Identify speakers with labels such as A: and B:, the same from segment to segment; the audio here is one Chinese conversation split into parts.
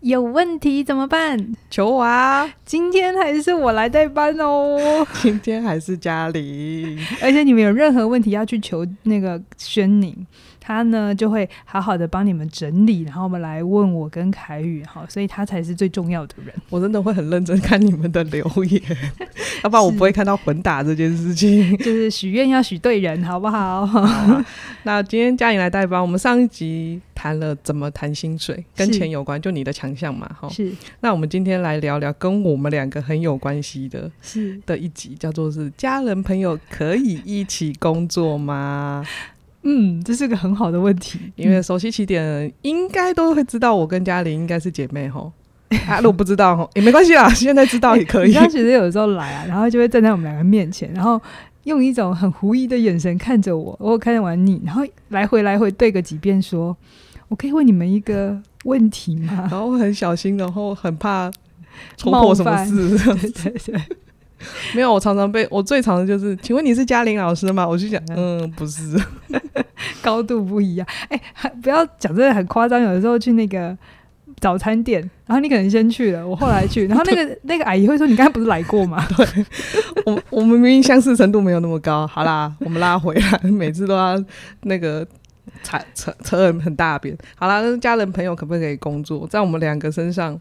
A: 有问题怎么办？
B: 求我啊！
A: 今天还是我来代班哦。
B: 今天还是嘉玲，
A: 而且你们有任何问题要去求那个轩宁，他呢就会好好的帮你们整理，然后我们来问我跟凯宇，好，所以他才是最重要的 人。
B: 我真的会很认真看你们的留 言，要不然我不会看到混打这件事情。
A: 就是许愿要许对人，好不好？
B: 那今天嘉玲来代班，我们上一集谈了怎么谈薪水，跟
A: 是
B: 钱有关，就你的强项嘛，哈。
A: 是
B: 那我们今天来聊聊跟我们两个很有关系的
A: 是，
B: 的一集，叫做是家人朋友可以一起工 作吗？
A: 嗯，这是个很好的问题，
B: 因为熟悉起点应该都会知道，我跟嘉玲应该是姐妹吼。啊，如果不知道吼也没关系啦，现在知道也可
A: 你
B: 以
A: 知。道学生有时候来啊，然后就会站在我们两个面前，然后用一种很狐疑的眼神看着我，我看着完你，然后来回来回对个几遍说，我可以问你们一个问题吗？
B: 然后会很小心，然后很怕戳破什么事。
A: 对对对，
B: 没有，我常常被我最常的就是，请问你是嘉玲老师吗？我就想，嗯，不是。
A: 高度不一样。哎、还不要讲真的很夸张，有的时候去那个。早餐店，然后你可能先去了，我后来去，然后那 个那个阿姨会说：“你刚才不是来过吗
B: 我我们明明相似程度没有那么高。好啦，我们拉回来， 每次都要那个踩扯扯很很大边。好啦，那家人朋友可不可以工作，在我们两个身上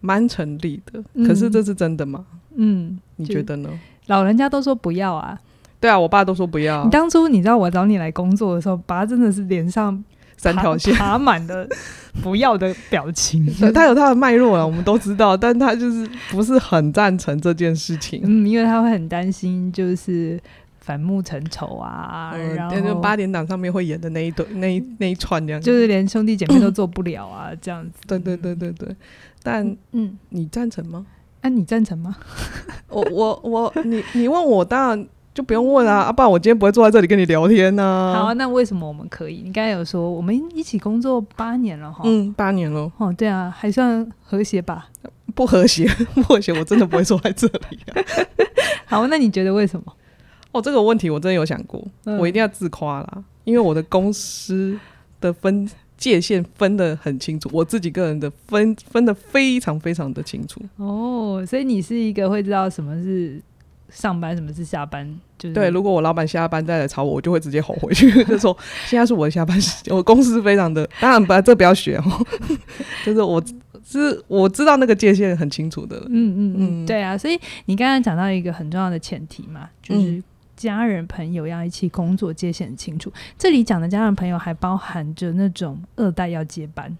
B: 蛮成立的。
A: 嗯
B: 可是这是真的吗？？”
A: 嗯，
B: 你
A: 就
B: 觉得呢？
A: 老人家都说不要啊。
B: 对啊，我爸都说不要
A: 你当初你知道我找你来工作的时候，爸真的是脸上
B: 三条线，
A: 爬爬 满了不要的表情。
B: 对他有他的脉络了，我们都知道，但他就是不是很赞成这件事情。
A: 嗯，因为他会很担心，就是反目成仇啊，
B: 嗯，
A: 然
B: 对，就
A: 后
B: 八点档上面会演的那一对那一那一串这样子，
A: 就是连兄弟姐妹都做不了啊，这样子。
B: 对对对对对。但
A: 嗯，
B: 你赞成吗？
A: 那、你赞成吗？
B: 我我我，你 你问我，当然就不用问啊，啊，不然我今天不会坐在这里跟你聊天呢、
A: 好啊，那为什么我们可以？你刚才有说我们一起工作八年了哈。
B: 嗯，八年了，
A: 哦，对啊，还算和谐吧。
B: 不和谐，不和谐，我真的不会坐在这 里、啊。
A: 好，那你觉得为什 么？
B: 哦，这个问题我真的有想过，
A: 嗯
B: 我一定要自夸啦，因为我的公司的分界限分得很清楚，我自己个人的分分得非常非常的清楚。
A: 哦，所以你是一个会知道什么是上班，什么是下班，就是
B: 对，如果我老板下班再来吵我，我就会直接吼回去， 就说现在是我的下班时间。我公司非常的，当然不，这不要学哦， 就是我是我知道那个界限很清楚的了。
A: 嗯嗯嗯，
B: 嗯
A: 对啊，所以你刚刚讲到一个很重要的前提嘛，
B: 嗯
A: 就是家人朋友要一起工作，界限很清楚。这里讲的家人朋友还包含着那种二代要接班，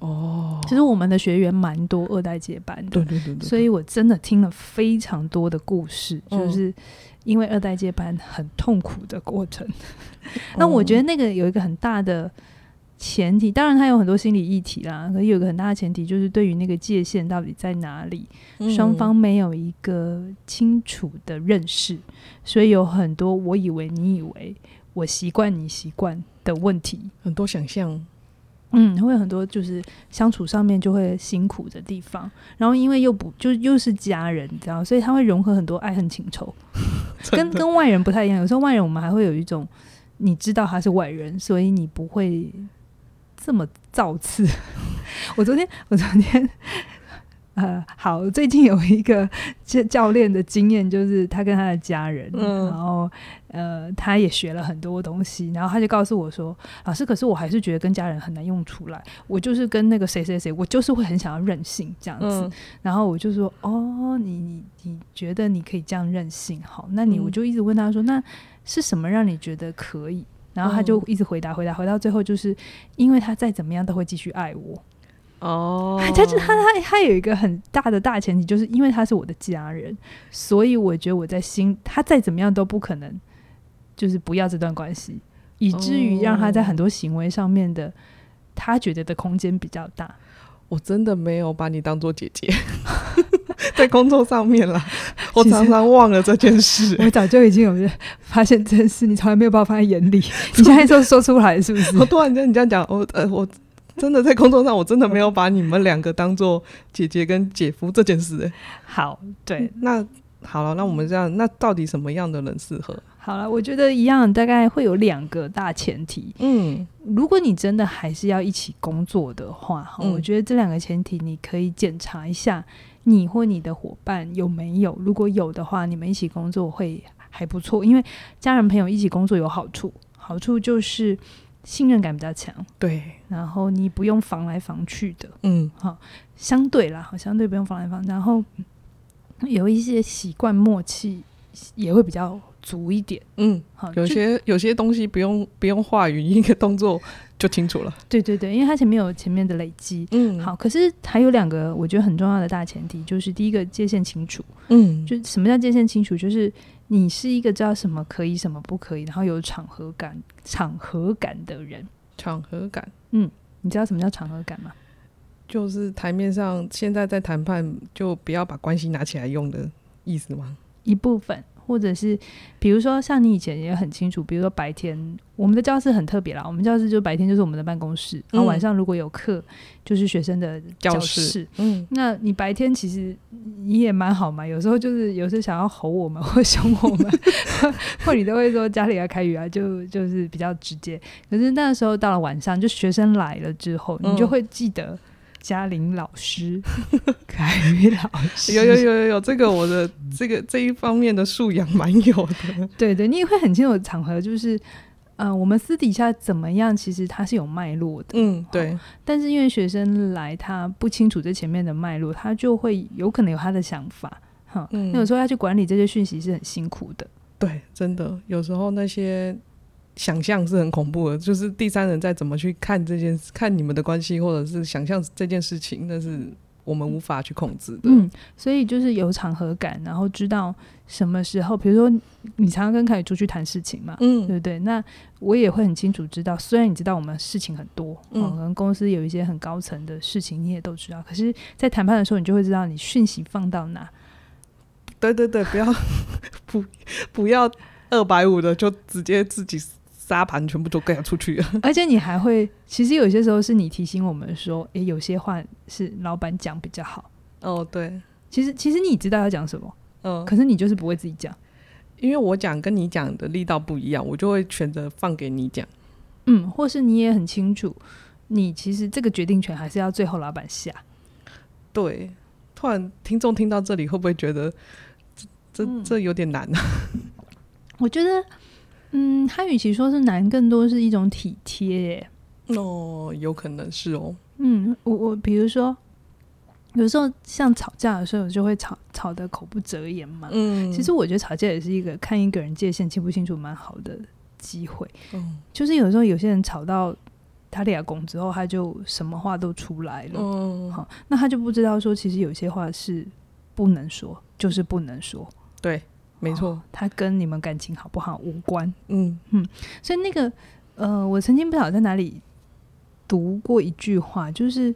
B: 哦，
A: 其实我们的学员蛮多二代接班的
B: 对，对对对，
A: 所以我真的听了非常多的故事，
B: 嗯
A: 就是因为二代接班很痛苦的过程。
B: 哦
A: 那我觉得
B: 得
A: 那个有一个很大的前提，当然它有很多心理议题啦，可是有一个很大的前提就是对于那个界限到底在哪里。
B: 哦
A: 双
B: 嗯
A: 方没有一个清楚的认识，所以有很多我以为你以为我习惯你习惯的问题。
B: 很多想象，
A: 嗯，会有很多就是相处上面就会辛苦的地方，然后因为又不就又是家人，你知道，所以他会融合很多爱恨情仇，跟
B: 真的
A: 跟外人不太一样。有时候外人我们还会有一种，你知道他是外人，所以你不会这么造次。 我昨天，我昨天，呃，好，我最近有一个教教练的经验，就是他跟他的家人，
B: 嗯
A: 然后呃，他也学了很多东西，然后他就告诉我说，老师，可是我还是觉得跟家人很难用出来，我就是跟那个谁谁谁，我就是会很想要任性这样子。
B: 嗯
A: 然后我就说：“哦，你你你觉得你可以这样任性？好，那你
B: 嗯
A: 我就一直问他说，那是什么让你觉得可以？”然后他就
B: 嗯
A: 一直回答回答，回到最后就是因为他再怎么样都会继续爱我。，
B: 哦
A: 但是他他他有一个很大的大前提，就是因为他是我的家人，所以我觉得我在心他再怎么样都不可能就是不要这段关系，以至于让他在很多行为上面的他觉得的空间比较大。
B: 我真的没有把你当做姐 姐，在工作上面 啦，我
A: 其实
B: 常常忘了这件事。
A: 我早就已经有发现这件事，你从来没有把我放在眼 里，你现在就说出来，是不是
B: 我？突然间你这样讲，我呃我。真的在工作上，我真的没有把你们两个当做姐姐跟姐夫这件事、欸
A: 好，对，
B: 那好了，那我们这样，那到底什么样的人适合？
A: 好了，我觉得一样，大概会有两个大前提。
B: 嗯
A: 如果你真的还是要一起工作的话，哈、
B: 嗯
A: 我觉得这两个前提你可以检查一下，你或你的伙伴有没有，如果有的话，你们一起工作会还不错，因为家人朋友一起工作有好处，好处就是信任感比较强，
B: 对，
A: 然后你不用防来防去的，
B: 嗯
A: 相对啦，好相对不用防来防，然后嗯有一些习惯默契也会比较足一点，
B: 嗯，
A: 好，就
B: 有些有些东西不用不用话语，一个动作就清楚了。
A: 对对对，因为他前面有前面的累积，
B: 嗯，
A: 好，可是还有两个我觉得很重要的大前提，就是第一个界限清楚。
B: 嗯，
A: 就什么叫界限清楚？就是你是一个知道什么可以、什么不可以，然后有场合感、场合感的人。
B: 场合感
A: 你知道什么叫场合感吗？
B: 就是台面上现在在谈判，就不要把关系拿起来用的意思吗？
A: 一部分，或者是比如说像你以前也很清楚，比如说白天我们的教室很特别啦，我们教室就白天就是我们的办公室，然后晚
B: 嗯
A: 上如果有课就是学生的
B: 教
A: 教
B: 室
A: 室
B: 嗯，
A: 那你白天其实你也蛮好嘛，有时候就是有时候想要吼我们或凶我们， 或或你都会说家里要开语啊，就就是比较直接。可是那时候到了晚上，就学生来了之后，
B: 嗯
A: 你就会记得嘉玲老师、 凯宇老师，
B: 有有有有有，这个我的这个这一方面的素养蛮有的。
A: 对对，你也会很清楚场合，就是呃，我们私底下怎么样，其实它是有脉络的。
B: 嗯，对，
A: 但是因为学生来，他不清楚这前面的脉络，他就会有可能有他的想法。哈，
B: 嗯
A: 那有时候要去管理这些讯息是很辛苦的。
B: 对，真的，有时候那些想象是很恐怖的，就是第三人再怎么去看这件事，看你们的关系，或者是想象这件事情，那是我们无法去控制的。
A: 嗯，所以就是有场合感，然后知道什么时候，比如说你常常跟凯宇出去谈事情嘛，对
B: 嗯
A: 不对？那我也会很清楚知道，虽然你知道我们事情很多，嗯、
B: 嗯
A: 可能公司有一些很高层的事情你也都知道，可是，在谈判的时候，你就会知道你讯息放到 哪，
B: 对对对，不要不不要二百五的，就直接自己沙盘全部都盖出去了。
A: 而且你还会，其实有些时候是你提醒我们说，诶，有些话是老板讲比较好。
B: 哦，对，
A: 其实其实你知道要讲什么，
B: 嗯、
A: 可是你就是不会自己讲。
B: 因为我讲跟你讲的力道不一样，我就会选择放给你讲。
A: 嗯，或是你也很清楚，你其实这个决定权还是要最后老板下。
B: 对，突然听众听到这里，会不会觉得这这
A: 嗯
B: 这有点难啊？
A: 我觉得，嗯，他与其说是难，更多是一种体贴耶。
B: 哦，有可能是哦。
A: 嗯，我我比如说，有时候像吵架的时候，就会吵吵得口不择言嘛。
B: 嗯，
A: 其实我觉得吵架也是一个看一个人界限清不清楚蛮好的机会。
B: 嗯，
A: 就是有时候有些人吵到他俩拱之后，他就什么话都出来了。
B: 嗯，
A: 好，那他就不知道说，其实有些话是不能说，就是不能说。
B: 对，没错
A: 哦。它跟你们感情好不好无关。
B: 嗯
A: 所以那个，呃，我曾经不晓得在哪里读过一句话，就是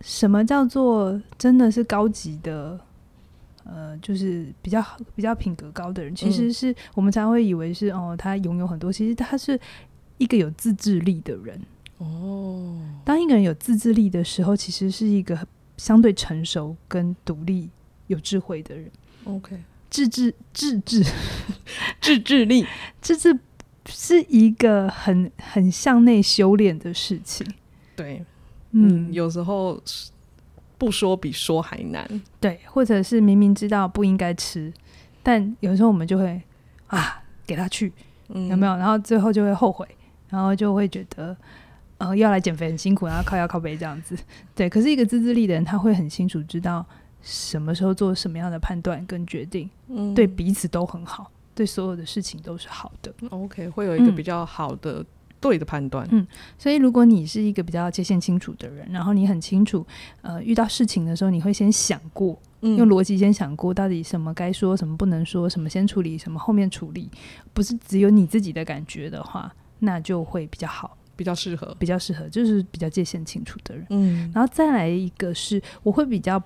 A: 什么叫做真的是高级的，呃，就是比较好比较品格高的人，其实是、我们常会以为是哦，他拥有很多，其实他是一个有自制力的人。
B: 哦，
A: 当一个人有自制力的时候，其实是一个相对成熟跟独立、有智慧的人。
B: OK，
A: 自制、自制、
B: 自制力，
A: 自制是一个很很向内修炼的事情。
B: 对，
A: 嗯，
B: 有时候不说比说还难。
A: 对，或者是明明知道不应该吃，但有时候我们就会啊给他去，
B: 嗯，
A: 有没有？然后最后就会后悔，然后就会觉得。呃，要来减肥很辛苦，然后靠腰靠背这样子，对。可是一个自制力的人，他会很清楚知道什么时候做什么样的判断跟决定，
B: 嗯
A: 对彼此都很好，对所有的事情都是好的。
B: ？OK，会有一个
A: 嗯
B: 比较好的、对的判断。
A: 所以，如果你是一个比较界限清楚的人，然后你很清楚，呃，遇到事情的时候，你会先想过，
B: 嗯
A: 用逻辑先想过到底什么该说，什么不能说，什么先处理，什么后面处理，不是只有你自己的感觉的话，那就会比较好，
B: 比较适合。
A: 比较适合，就是比较界限清楚的人。
B: 嗯
A: 然后再来一个是，我会比较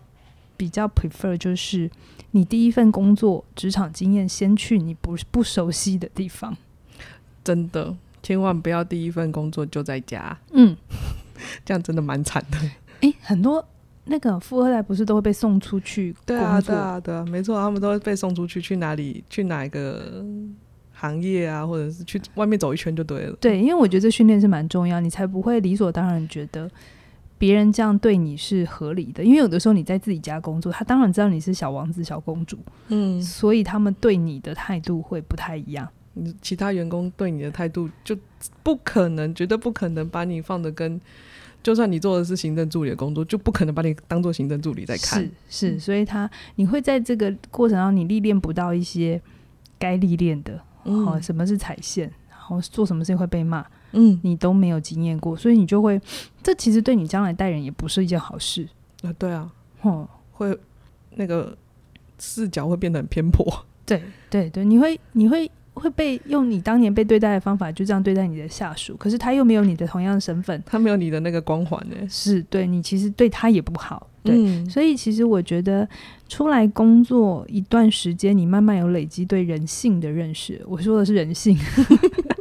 A: 比较 prefer 就是你第一份工作职场经验先去你不不熟悉的地方。
B: 真的，千万不要第一份工作就在家，
A: 嗯，
B: 这样真的蛮惨的。
A: 诶，很多那个富二代不是都会被送出
B: 啊
A: 去工作？
B: 对啊，没错，他们都会被送出去，去哪里？去哪一个行业啊，或者是去外面走一圈就对了。
A: 对，因为我觉得这训练是蛮重要，你才不会理所当然觉得别人这样对你是合理的。因为有的时候你在自己家工作，他当然知道你是小王子、小公主，
B: 嗯，
A: 所以他们对你的态度会不太一样。
B: 你其他员工对你的态度就不可能，绝对不可能把你放的跟，就算你做的是行政助理的工作，就不可能把你当做行政助理在看嗯
A: 是。是，所以他你会在这个过程当中，你历练不到一些该历练的，
B: 嗯
A: 哦，什么是踩线，然后做什么事情会被骂，
B: 嗯，
A: 你都没有经验过，所以你就会，这其实对你将来带人也不是一件好事。
B: 啊，对啊，
A: 哦，
B: 会那个视角会变得很偏颇。
A: 对对对，你会你会会被用你当年被对待的方法就这样对待你的下属，可是他又没有你的同样的身份，
B: 他没有你的那个光环呢、欸
A: 是对你其实对他也不好。对，
B: 嗯
A: 所以其实我觉得出来工作一段时间，你慢慢有累积对人性的认识。我说的是人性，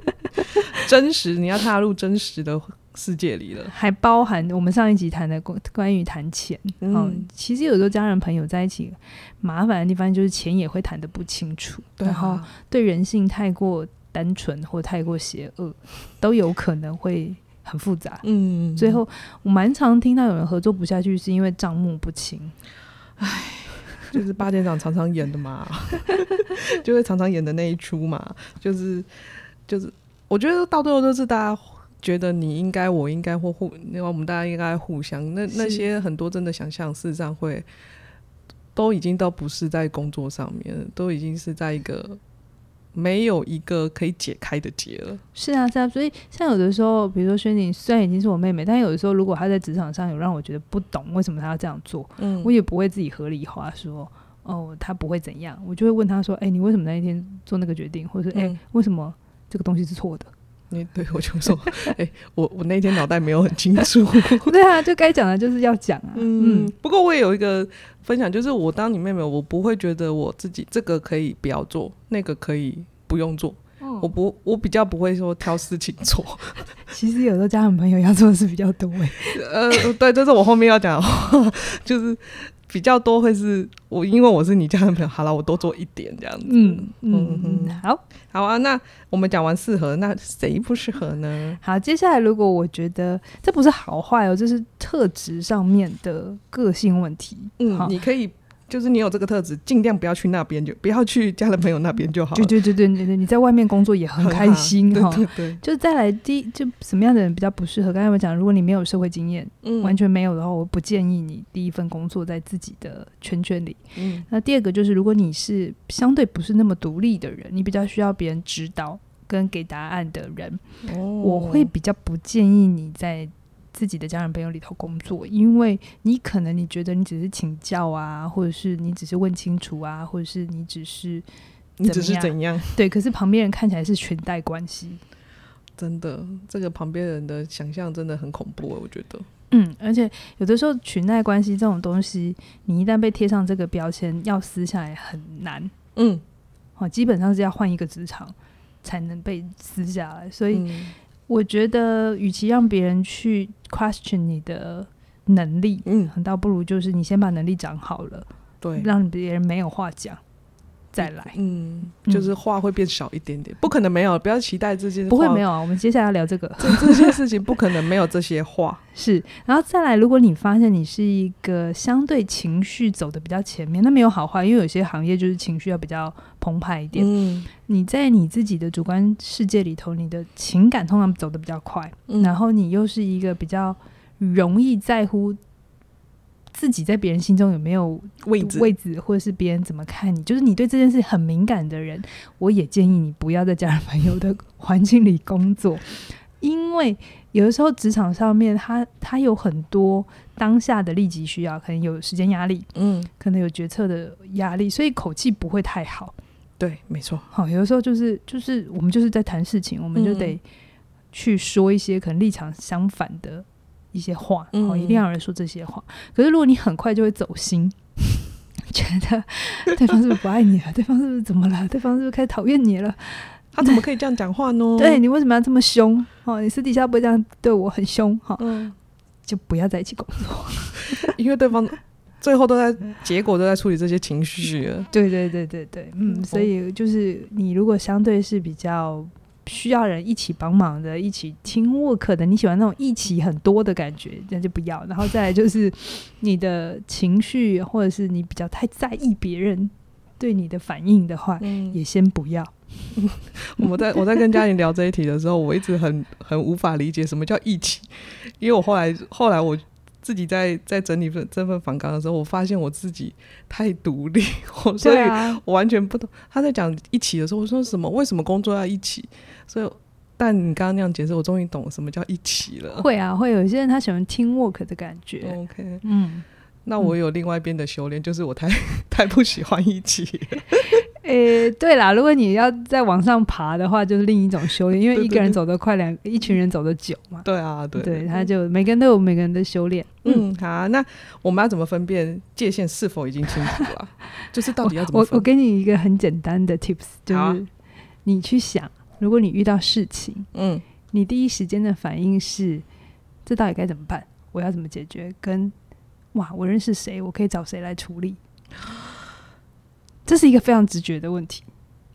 B: 真实，你要踏入真实的世界里了。
A: 还包含我们上一集谈的关关于谈钱。
B: 嗯，
A: 哦，其实有时候家人朋友在一起，麻烦的地方就是钱也会谈得不清楚，
B: 对
A: 然后
B: 啊，
A: 对人性太过单纯或太过邪恶，都有可能会很复杂。
B: 嗯，
A: 最后，我蛮常听到有人合作不下去，是因为账目不清。
B: 就是八点档常常演的嘛， 就会常常演的那一出嘛，就是就是，我觉得到最后就是大家觉得你应该，我应该或互，那我们大家应该互相，那
A: 是
B: 那些很多真的想象，事实上会都已经都不是在工作上面，都已经是在一个没有一个可以解开的结了。
A: 是啊，是啊，所以像有的时候，比如说轩宁虽然已经是我妹妹，但有的时候如果她在职场上有让我觉得不懂为什么她要这样做，
B: 嗯
A: 我也不会自己合理化说，哦，她不会怎样，我就会问她说，哎、你为什么那一天做那个决定，或者是哎、
B: 嗯
A: 为什么这个东西是错的？
B: 你对我就说，哎、我我那天脑袋没有很清楚。
A: 对啊，就该讲的就是要讲啊，
B: 嗯
A: 嗯，，
B: 不过我也有一个分享，就是我当你妹妹，我不会觉得我自己这个可以不要做，那个可以不用做。我
A: 哦，
B: 不，我比较不会说挑事情做。
A: 其实有时候家人朋友要做的事比较多、哎，
B: 呃，对，这是我后面要讲的话， 就是比较多会是我，因为我是你家人朋友，好了，我多做一点这样子。
A: 嗯嗯嗯，好。
B: 好啊，那我们讲完适合，那谁不适合呢？
A: 好，接下来如果我觉得这不是好坏哦，这是特质上面的个性问题。
B: 嗯，
A: 好，
B: 你可以。就是你有这个特质，尽量不要去那边就不要去家人朋友那边就好了
A: 对，对对对对对，你在外面工作也很
B: 很
A: 开
B: 好
A: 心
B: 对
A: 哈。
B: 对对，
A: 就再来第一就什么样的人比较不适合？刚才我讲，如果你没有社会经验，
B: 嗯
A: 完，全没有的话，我不建议你第一份工作在自己的圈圈里。
B: 嗯
A: 那第二个就是，如果你是相对不是那么独立的人，你比较需要别人指导跟给答案的人，我会
B: 嗯
A: 比较不建议你在自己的家人朋友里头工作，因为你可能你觉得你只是请教啊，或者是你只是问清楚啊，或者是你只是
B: 你只是
A: 怎
B: 怎样？
A: 对，可是旁边人看起来是裙带关系，
B: 真的，这个旁边人的想象真的很恐怖，我觉得。
A: 嗯，而且有的时候裙带关系这种东西，你一旦被贴上这个标签，要撕下来很难
B: 嗯，
A: 哦，基本上是要换一个职场才能被撕下来，所
B: 所
A: 以我觉得，与其让别人去 question 你的能力，
B: 嗯，
A: 很倒不如就是你先把能力长好了，
B: 对，
A: 让别人没有话讲，再来。
B: 嗯，就是话会变少一点点，不可能没有，不要期待这件
A: 不会没
B: 有
A: 有啊，我们接下来要聊这个
B: 这这些事情，不可能没有这些话。
A: 是，然后再来，如果你发现你是一个相对情绪走的比较前面，那没有好坏，因为有些行业就是情绪要比较澎湃一点。
B: 嗯
A: 你在你自己的主观世界里头，你的情感通常走的比较快，
B: 嗯
A: 然后你又是一个比较容易在乎自己在别人心中有没有
B: 位置，
A: 位置，或者是别人怎么看你，就是你对这件事很敏感的人，我也建议你不要在家人朋友的环境里工作， 因为有的时候职场上面它，它有很多当下的立即需要，可能有时间压力，
B: 嗯，
A: 可能有决策的压力，所以口气不会太好。
B: 对，没错，
A: 好、有的时候就是就是我们就是在谈事情，我们就
B: 嗯
A: 得去说一些可能立场相反的一些话，哦，一定
B: 嗯
A: 要有人说这些话。可是如果你很快就会走心， 觉得对方是不是不爱你了？对方是不是怎么了？对方是不是开始讨厌你了？
B: 他怎么可以这样讲话呢？
A: 对，你为什么要这么凶？哦，你私底下不会这样对我很凶？哈、
B: 嗯，
A: 就不要在一起工作。
B: 因为对方。最后都在结果都在处理这些情绪了。
A: 对对对对对，嗯，所以就是你如果相对是比较需要人一起帮忙的，一起 teamwork 的，你喜欢那种一起很多的感觉，那就不要。然后再来就是你的情绪，或者是你比较太在意别人对你的反应的话，
B: 嗯，
A: 也先不要。
B: 我在我在跟嘉玲聊这一题的时候，我一直很很无法理解什么叫义气，因为我后来后来我自己在在整理这这份访纲的时候，我发现我自己太独立，我所以
A: 对啊，
B: 我完全不懂。他在讲一起的时候，我说什么？为什么工作要一起？所以，但你刚刚那样解释，我终于懂什么叫一起了。
A: 会啊，会有一些人他喜欢 teamwork 的感觉。
B: OK，
A: 嗯，
B: 那我有另外一边的修炼，就是我太 太不喜欢一起 了。嗯
A: 诶、对啦，如果你要再往上爬的话，就是另一种修炼，因为
B: 对
A: 一
B: 对
A: 个人
B: 对
A: 走得快，两一群人走得久嘛。
B: 对啊，对，
A: 对，他就每个人都有每个人的修炼。
B: 嗯，好、那我们要怎么分辨界限是否已经清楚 了？就是到底要怎么
A: 我我
B: 分？
A: 给你一个很简单的 tips，就
B: 好啊
A: 是你去想，如果你遇到事情，
B: 嗯，
A: 你第一时间的反应是这到底该怎么办？我要怎么解决？跟哇，我认识谁？我可以找谁来处理？这是一个非常直觉的问题，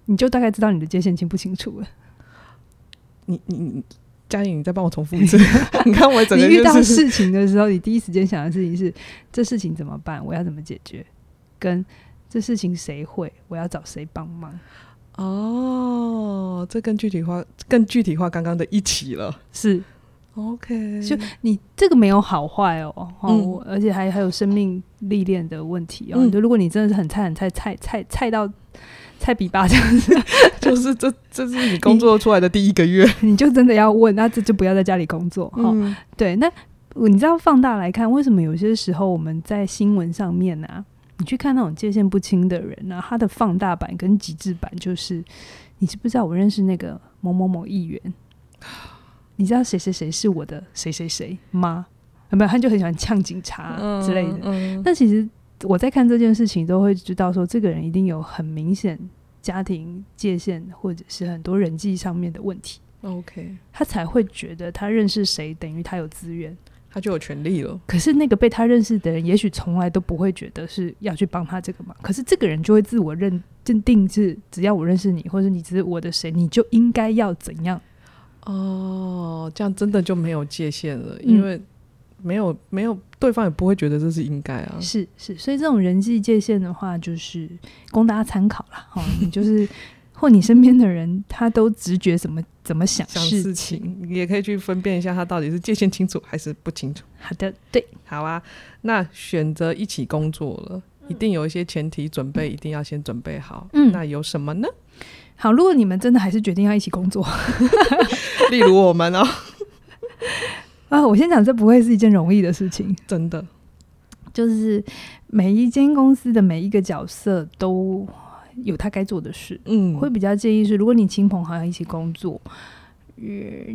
A: 你就大概知道你的界限清不清楚了。
B: 你你你，嘉颖，你再帮我重复 一次。你看我整
A: 你
B: 个
A: 遇到
B: 就是
A: 事情的时候，你第一时间想的事情是这事情怎么办？我要怎么解决？跟这事情谁会？我要找谁帮忙？
B: 哦，这更具体化，更具体化刚刚的一起了。
A: 是
B: OK，
A: 就你这个没有好坏哦，哦
B: 嗯
A: 我而且还还有生命历练的问题哦。
B: 嗯
A: 就如果你真的是很菜很菜菜菜菜到菜比巴这样子，
B: 就是这这是你工作出来的第一个月。
A: 你就真的要问，那这就不要在家里工作哈、哦
B: 嗯
A: 对，那你知道放大来看，为什么有些时候我们在新闻上面啊，你去看那种界限不清的人呢、啊，他的放大版跟极致版就是，你知不知道我认识那个某某某议员？你知道谁谁谁是我的谁谁谁吗？有没有？他就很喜欢呛警察啊之类的。
B: 嗯
A: 但其实我在看这件事情，都会知道说，这个人一定有很明显家庭界限，或者是很多人际上面的问题，
B: OK，
A: 他才会觉得他认识谁等于他有资源。
B: 他就有权利了。
A: 可是那个被他认识的人，也许从来都不会觉得是要去帮他这个忙。可是这个人就会自我认认定是，只要我认识你，或者你只是我的谁，你就应该要怎样。
B: 哦，这样真的就没有界限了，
A: 嗯
B: 因为没有没有对方也不会觉得这是应该啊。
A: 是是，所以这种人际界限的话，就是供大家参考啦。哈、你就是或你身边的人，他都直觉怎么怎么想
B: 想
A: 事
B: 事情，你也可以去分辨一下，他到底是界限清楚还是不清楚。
A: 好的，对，
B: 好啊，那选择一起工作了，一定有一些前提准备，一定要先准备好。
A: 嗯
B: 那有什么呢？
A: 好。如果你们真的还是决定要一起工作
B: 例如我们哦，
A: 啊，我先讲，这不会是一件容易的事情。
B: 真的，
A: 就是每一间公司的每一个角色都有他该做的事。
B: 嗯，
A: 会比较建议是，如果你亲朋好友一起工作，呃，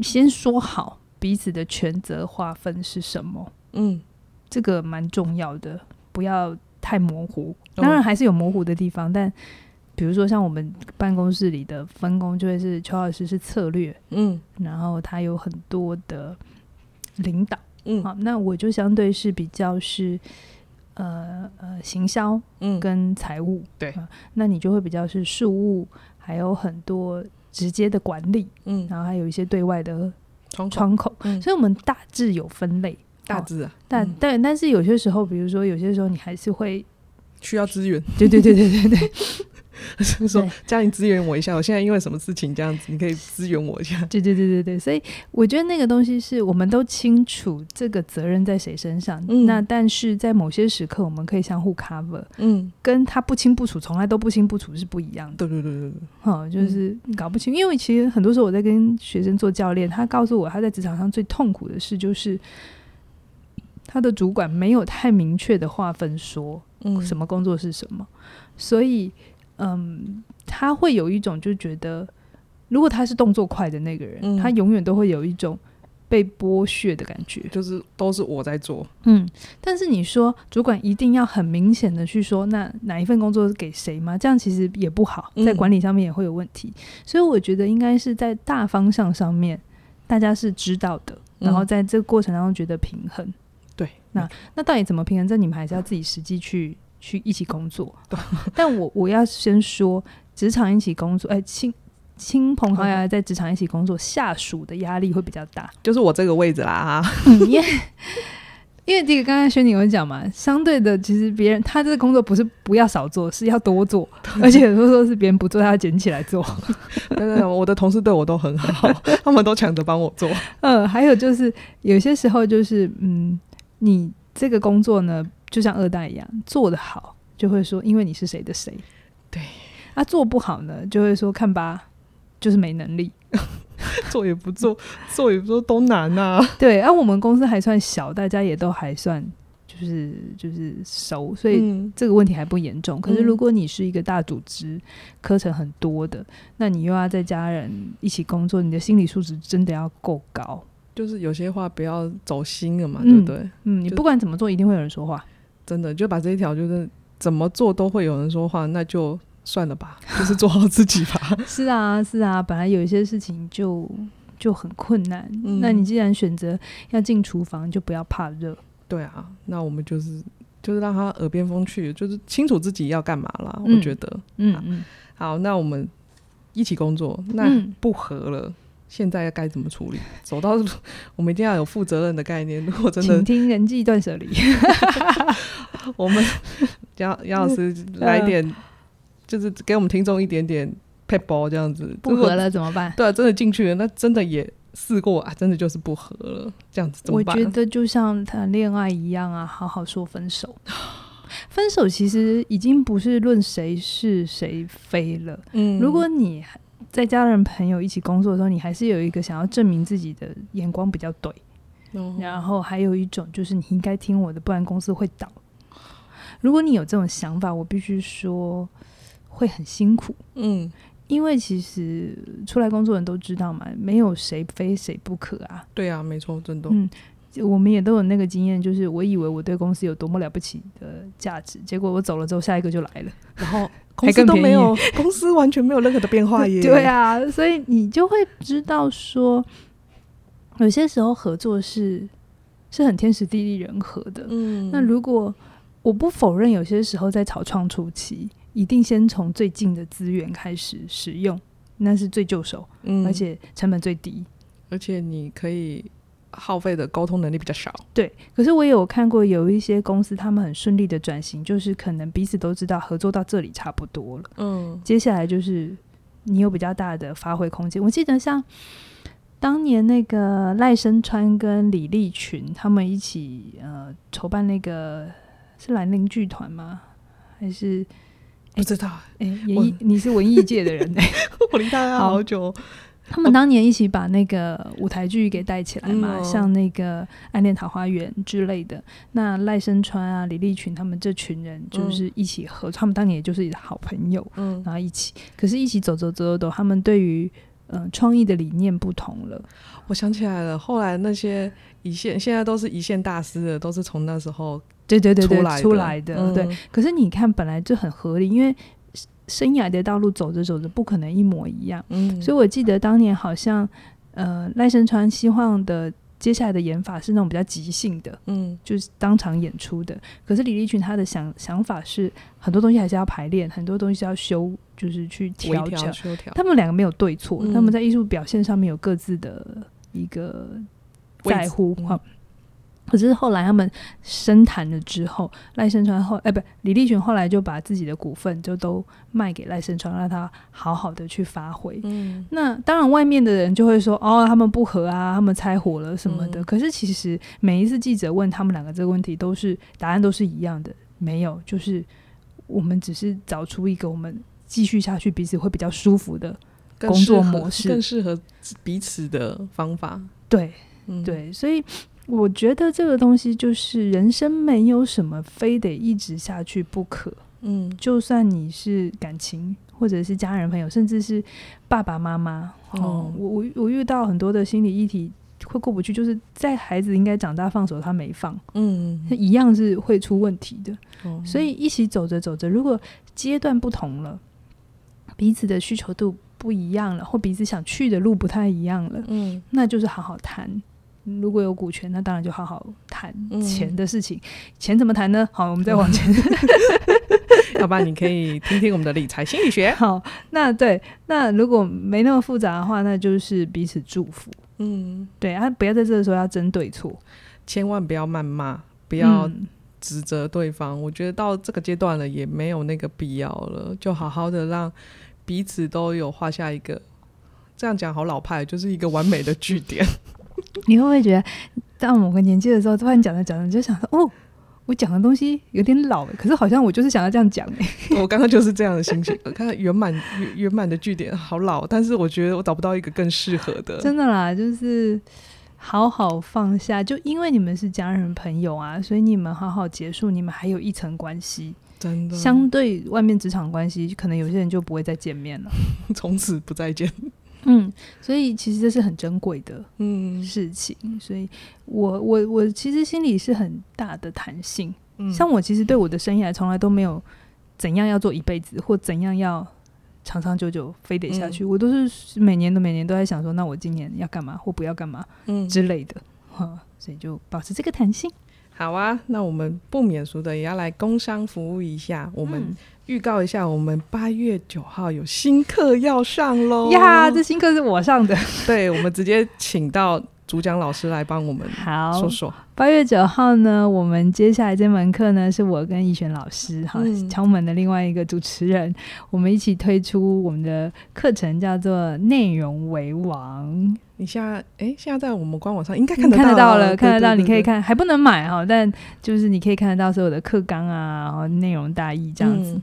A: 先说好彼此的权责划分是什么，
B: 嗯，
A: 这个蛮重要的，不要太模糊。
B: 哦
A: 当然还是有模糊的地方，但比如说像我们办公室里的分工，就会是邱老师是策略，
B: 嗯
A: 然后他有很多的领导。
B: 嗯
A: 好，那我就相对是比较是呃呃行销
B: 嗯，
A: 跟财务，
B: 对
A: 啊那你就会比较是事务，还有很多直接的管理，
B: 嗯，
A: 然后还有一些对外的
B: 窗口，
A: 窗口，
B: 嗯
A: 所以我们大致有分类，
B: 大
A: 哦
B: 致啊，
A: 但、
B: 嗯
A: 但但是有些时候，比如说有些时候你还是会，
B: 需要资源。
A: 对对对对对对，
B: 就是 说
A: 对
B: 家庭支援我一下，我现在因为什么事情这样子，你可以支援我一下。
A: 对对对对对，所以我觉得那个东西是我们都清楚这个责任在谁身上，
B: 嗯
A: 那但是在某些时刻我们可以相互 cover，
B: 嗯，
A: 跟他不清不楚，从来都不清不楚是不一样的，
B: 对对对对对，
A: 哦，就是
B: 嗯
A: 搞不清，因为其实很多时候我在跟学生做教练，他告诉我他在职场上最痛苦的事就是。他的主管没有太明确的划分说
B: 嗯
A: 什
B: 么？
A: 么工作是什么，所以，嗯，他会有一种就觉得，如果他是动作快的那个人，
B: 嗯
A: 他永远都会有一种被剥削的感觉。
B: 就是都是我在做，
A: 嗯，但是你说主管一定要很明显的去说，那哪一份工作是给谁吗？这样其实也不好，
B: 嗯
A: 在管理上面也会有问题。所以我觉得应该是在大方向上面，大家是知道的，然后
B: 嗯
A: 在这个过程当中觉得平衡。
B: 对，
A: 那那到底怎么平衡？这你们还是要自己实际去去一起工 作。但我我要先说，职场一起工作，哎、亲亲朋好
B: 嗯
A: 友在职场一起工作，下属的压力会比较大，
B: 就是我这个位置啦啊，
A: 嗯因为。因为这个，刚才轩你有讲嘛，相对的，其实别人他这个工作不是不要少做，是要多做，而且有时候说是别人不做，他要捡起来做。
B: 真的，我的同事对我都很好， 他们都抢着帮我做。
A: 嗯，还有就是有些时候就是，嗯，你这个工作呢，就像二代一样，做得好就会说因为你是谁的谁，
B: 对，
A: 啊，做不好呢就会说看吧，就是没能力。
B: 做也不做，做也不做都难呐、
A: 对，啊，我们公司还算小，大家也都还算就是就是熟，所以
B: 嗯，
A: 这个问题还不严重。可是
B: 嗯
A: 如果你是一个大组织，课程很多的，那你又要在家人一起工作，你的心理素质真的要够高。
B: 就是有些话不要走心了嘛，
A: 嗯
B: 对不对？
A: 嗯，你
B: 就
A: 不管怎么做，一定会有人说 话。
B: 真的就把这一条就是怎么做都会有人说话，那就算了吧，就是做好自己 吧。
A: 是啊，是啊，本来有一些事情就就很困难。
B: 嗯
A: 那你既然选择要进厨房，就不要怕热。
B: 对啊，那我们就是就是让他耳边风去，就是清楚自己要干嘛啦。
A: 嗯
B: 我觉得
A: 嗯嗯，
B: 好，那我们一起工作，那
A: 嗯
B: 不合了。现在该怎么处理？走到 我们一定要有负责任的概念。如果真的
A: 请听人际断舍离。
B: 我们杨杨老师
A: 嗯
B: 来点，就是给我们听众一点点 p e b a 这样子。
A: 不
B: 如果
A: 合，了怎么办？
B: 对啊，真的进去了，那真的也试过啊，真的就是不合了，这样子怎
A: 我
B: 么办？
A: 觉得就像谈恋爱一样啊，好好说分手。 分手其实已经不是论谁是谁非了。
B: 嗯
A: 如果你在家人朋友一起工作的时候，你还是有一个想要证明自己的眼光比较对，
B: 嗯
A: 然后还有一种就是你应该听我的，不然公司会倒。如果你有这种想法，我必须说会很辛苦，
B: 嗯，
A: 因为其实出来工作的人都知道嘛，没有谁非谁不可啊。
B: 对啊，没错，真的，
A: 嗯我们也都有那个经验，就是我以为我对公司有多么了不起的价值，结果我走了之后，下一个就来了。
B: 然后
A: 还
B: 公
A: 更
B: 司都
A: 便宜
B: 没 有，公司完全没有任何的变化耶。
A: 对，啊，所以你就会知道说，有些时候合作是是很天时地利人和的。
B: 嗯，
A: 那如果我不否认，有些时候在草创初期，一定先从最近的资源开始使用，那是最就手，
B: 嗯
A: 而且成本最低。
B: 而且你可以耗费的沟通能力比较少，
A: 对，可是我也有看过有一些公司，他们很顺利的转型，就是可能彼此都知道合作到这里差不多了，
B: 嗯
A: 接下来就是你有比较大的发挥空间。我记得像当年那个赖声川跟李立群他们一起呃筹办那个是兰陵剧团吗？还是
B: 不知道，
A: 哎、演
B: 我
A: 艺？你是文艺界的人、欸，
B: 我离大家
A: 好
B: 好久，
A: 他们当年一起把那个舞台剧给带起来嘛，
B: 哦嗯哦
A: 像那个《暗恋桃花源》之类的。那赖声川啊、李立群他们这群人就是一起合作，他们当年也就是好朋友，
B: 嗯，
A: 然后一起。可是，一起走走走走走，他们对于嗯、呃创意的理念不同了。
B: 我想起来了，后来那些一线现在都是一线大师的，都是从那时候
A: 对对对
B: 出
A: 对，
B: 来的。
A: 出来的、
B: 嗯
A: 对。可是你看，本来就很合理，因为生涯的道路走着走着不可能一模一样。
B: 嗯，
A: 所以我记得当年好像，呃，赖声川希望的接下来的演法是那种比较即兴的，
B: 嗯
A: 就是当场演出的。可是李立群他的想想法是，很多东西还是要排练，很多东西是要修，就是去
B: 微
A: 调整
B: 调。修调，
A: 他们两个没有对错，
B: 嗯
A: 他们在艺术表现上面有各自的一个在乎
B: 位置嗯
A: 哈。可是后来他们深谈了之后，赖声川后哎、不李立群后来就把自己的股份就都卖给赖声川，让他好好的去发挥。
B: 嗯
A: 那当然，外面的人就会说：“哦，他们不和啊，他们拆伙了什么的。
B: 嗯
A: 可是其实每一次记者问他们两个这个问题，都是答案都是一样的，没有，就是我们只是找出一个我们继续下去彼此会比较舒服的。
B: 更
A: 工作
B: 适合
A: 模式
B: 更适合彼此的方法。
A: 对
B: 嗯，，
A: 对，所以我觉得这个东西就是人生没有什么非得一直下去不可。
B: 嗯
A: 就算你是感情，或者是家人朋友，甚至是爸爸妈妈，哦
B: 哦，
A: 我我我遇到很多的心理议题会过不去，就是在孩子应该长大放手，他没放，
B: 嗯
A: 他，一样是会出问题的。
B: 哦
A: 所以一起走着走着，如果阶段不同了，彼此的需求度不一样了，或彼此想去的路不太一样了，
B: 嗯
A: 那就是好好谈。如果有股权，那当然就好好谈
B: 嗯
A: 钱的事情。钱怎么谈呢？好，我们 再往前。
B: 要不然你可以听听我们的理财心理学。
A: 好，那对，那如果没那么复杂的话，那就是彼此祝福。
B: 嗯，
A: 对啊，不要在这个时候要争对错，嗯
B: 千万不要谩骂，不
A: 不
B: 要指责对方。我觉得到这个阶段了，也没有那个必要了，就好好的让彼此都有画下一个。这样讲好老派，就是一个完美的句点。
A: 你会不会觉得到某个年纪的时候，突然讲着讲着就想说，哦，我讲的东西有点老欸，可是好像我就是想要这样讲欸
B: 我刚刚就是这样的心情，我看圆满圆圆满的句点好老，但是我觉得我找不到一个更适合的。
A: 真的啦，就是好好放下，就因为你们是家人朋友啊，所以你们好好结束，你们还有一层关系。
B: 真的，
A: 相对外面职场关系，可能有些人就不会再见面了。
B: 从此不再见。
A: 嗯，所以其实这是很珍贵的
B: 嗯
A: 事情。所以我我我其实心里是很大的弹性，
B: 嗯
A: 像我其实对我的生涯从来都没有怎样要做一辈子，或怎样要长长久久非得下去，
B: 嗯
A: 我都是每年都每年都在想说，那我今年要干嘛或不要干嘛
B: 嗯，
A: 之类的， 哈，所以就保持这个弹性。
B: 好啊，那我们不免俗的也要来工商服务一下，我们
A: 嗯
B: 预告一下，我们八月九号有新课要上喽
A: 呀，这新课是我 上的，
B: 对，我们直接请到主讲老师来帮我们
A: 好
B: 说说。
A: 八月九号呢，我们接下来这门课呢，是我跟逸璇老师哈
B: 嗯，
A: 敲门的另外一个主持人，我们一起推出我们的课程，叫做《内容为王》。
B: 你现在哎，现在在我们官网上应该
A: 嗯看
B: 看得
A: 得
B: 到
A: 了，看得到，你可以。
B: 对对对对
A: 看，还不能买哈，但就是你可以看得到所有的课纲啊，然后内容大意这样子。
B: 嗯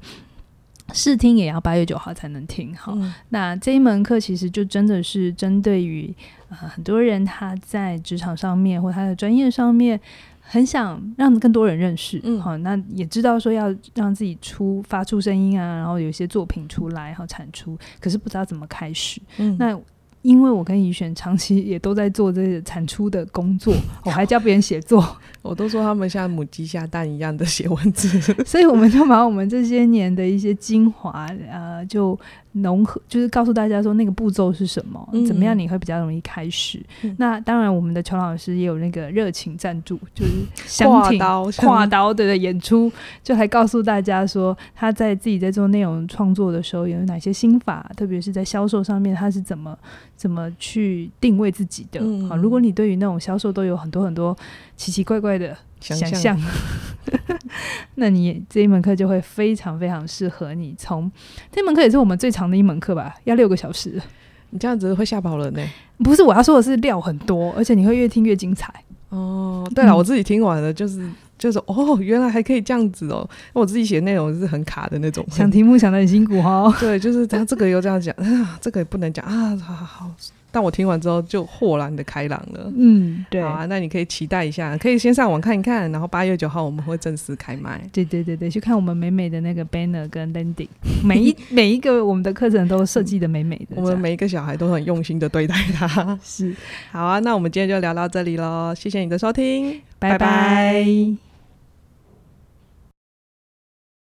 A: 试听也要八月九号才能听哈。
B: 嗯
A: 那这一门课其实就真的是针对于呃很多人他在职场上面或他的专业上面，很想让更多人认识，
B: 嗯
A: 好、那也知道说要让自己出发出声音啊，然后有一些作品出来哈产出，可是不知道怎么开始。
B: 嗯
A: 那因为我跟怡璇长期也都在做这个产出的工 作，我还教别人写作，
B: 我都说他们像母鸡下蛋一样的写文字。
A: 所以我们就把我们这些年的一些精华，呃，就融合，就是告诉大家说那个步骤是什么，
B: 嗯
A: 怎么样你会比较容易开始。
B: 嗯
A: 那当然，我们的邱老师也有那个热情赞助， 就是相
B: 挂
A: 挺。
B: 刀，
A: 跨刀对的演出，就还告诉大家说他在自己在做内容创作的时候有哪些心法，特别是在销售上面他是怎么怎么去定位自己的。
B: 嗯
A: 好，如果你对于那种销售都有很多很多奇奇怪怪的
B: 想
A: 想
B: 象
A: 象， 那你也这一门课就会非常非常适合你。从这门课也是我们最长的一门课吧，要六个小时。
B: 你这样子会吓跑人呢、
A: 不是我要说的是料很多，而且你会越听越精彩。
B: 哦，对了，
A: 嗯
B: 我自己听完了，就是就是哦，原来还可以这样子哦。我自己写内容是很卡的那种，
A: 想题目想得很辛苦哦。
B: 对，就是他这个又这样讲啊，这个也不能讲啊，好好好。但我听完之后就豁然的开朗了。
A: 嗯，对。
B: 好啊，那你可以期待一下，可以先上网看一看，然后八月九号我们会正式开卖。
A: 对对对对，去看我们美美的那个 banner 跟 landing，每 一每一个我们的课程都设计的美美的。
B: 我
A: 这
B: 们
A: 样
B: 每一个小孩都很用心的对待他。
A: 是，
B: 好啊，那我们今天就聊到这里喽，谢谢你的收听，
A: 拜
B: 拜
A: 拜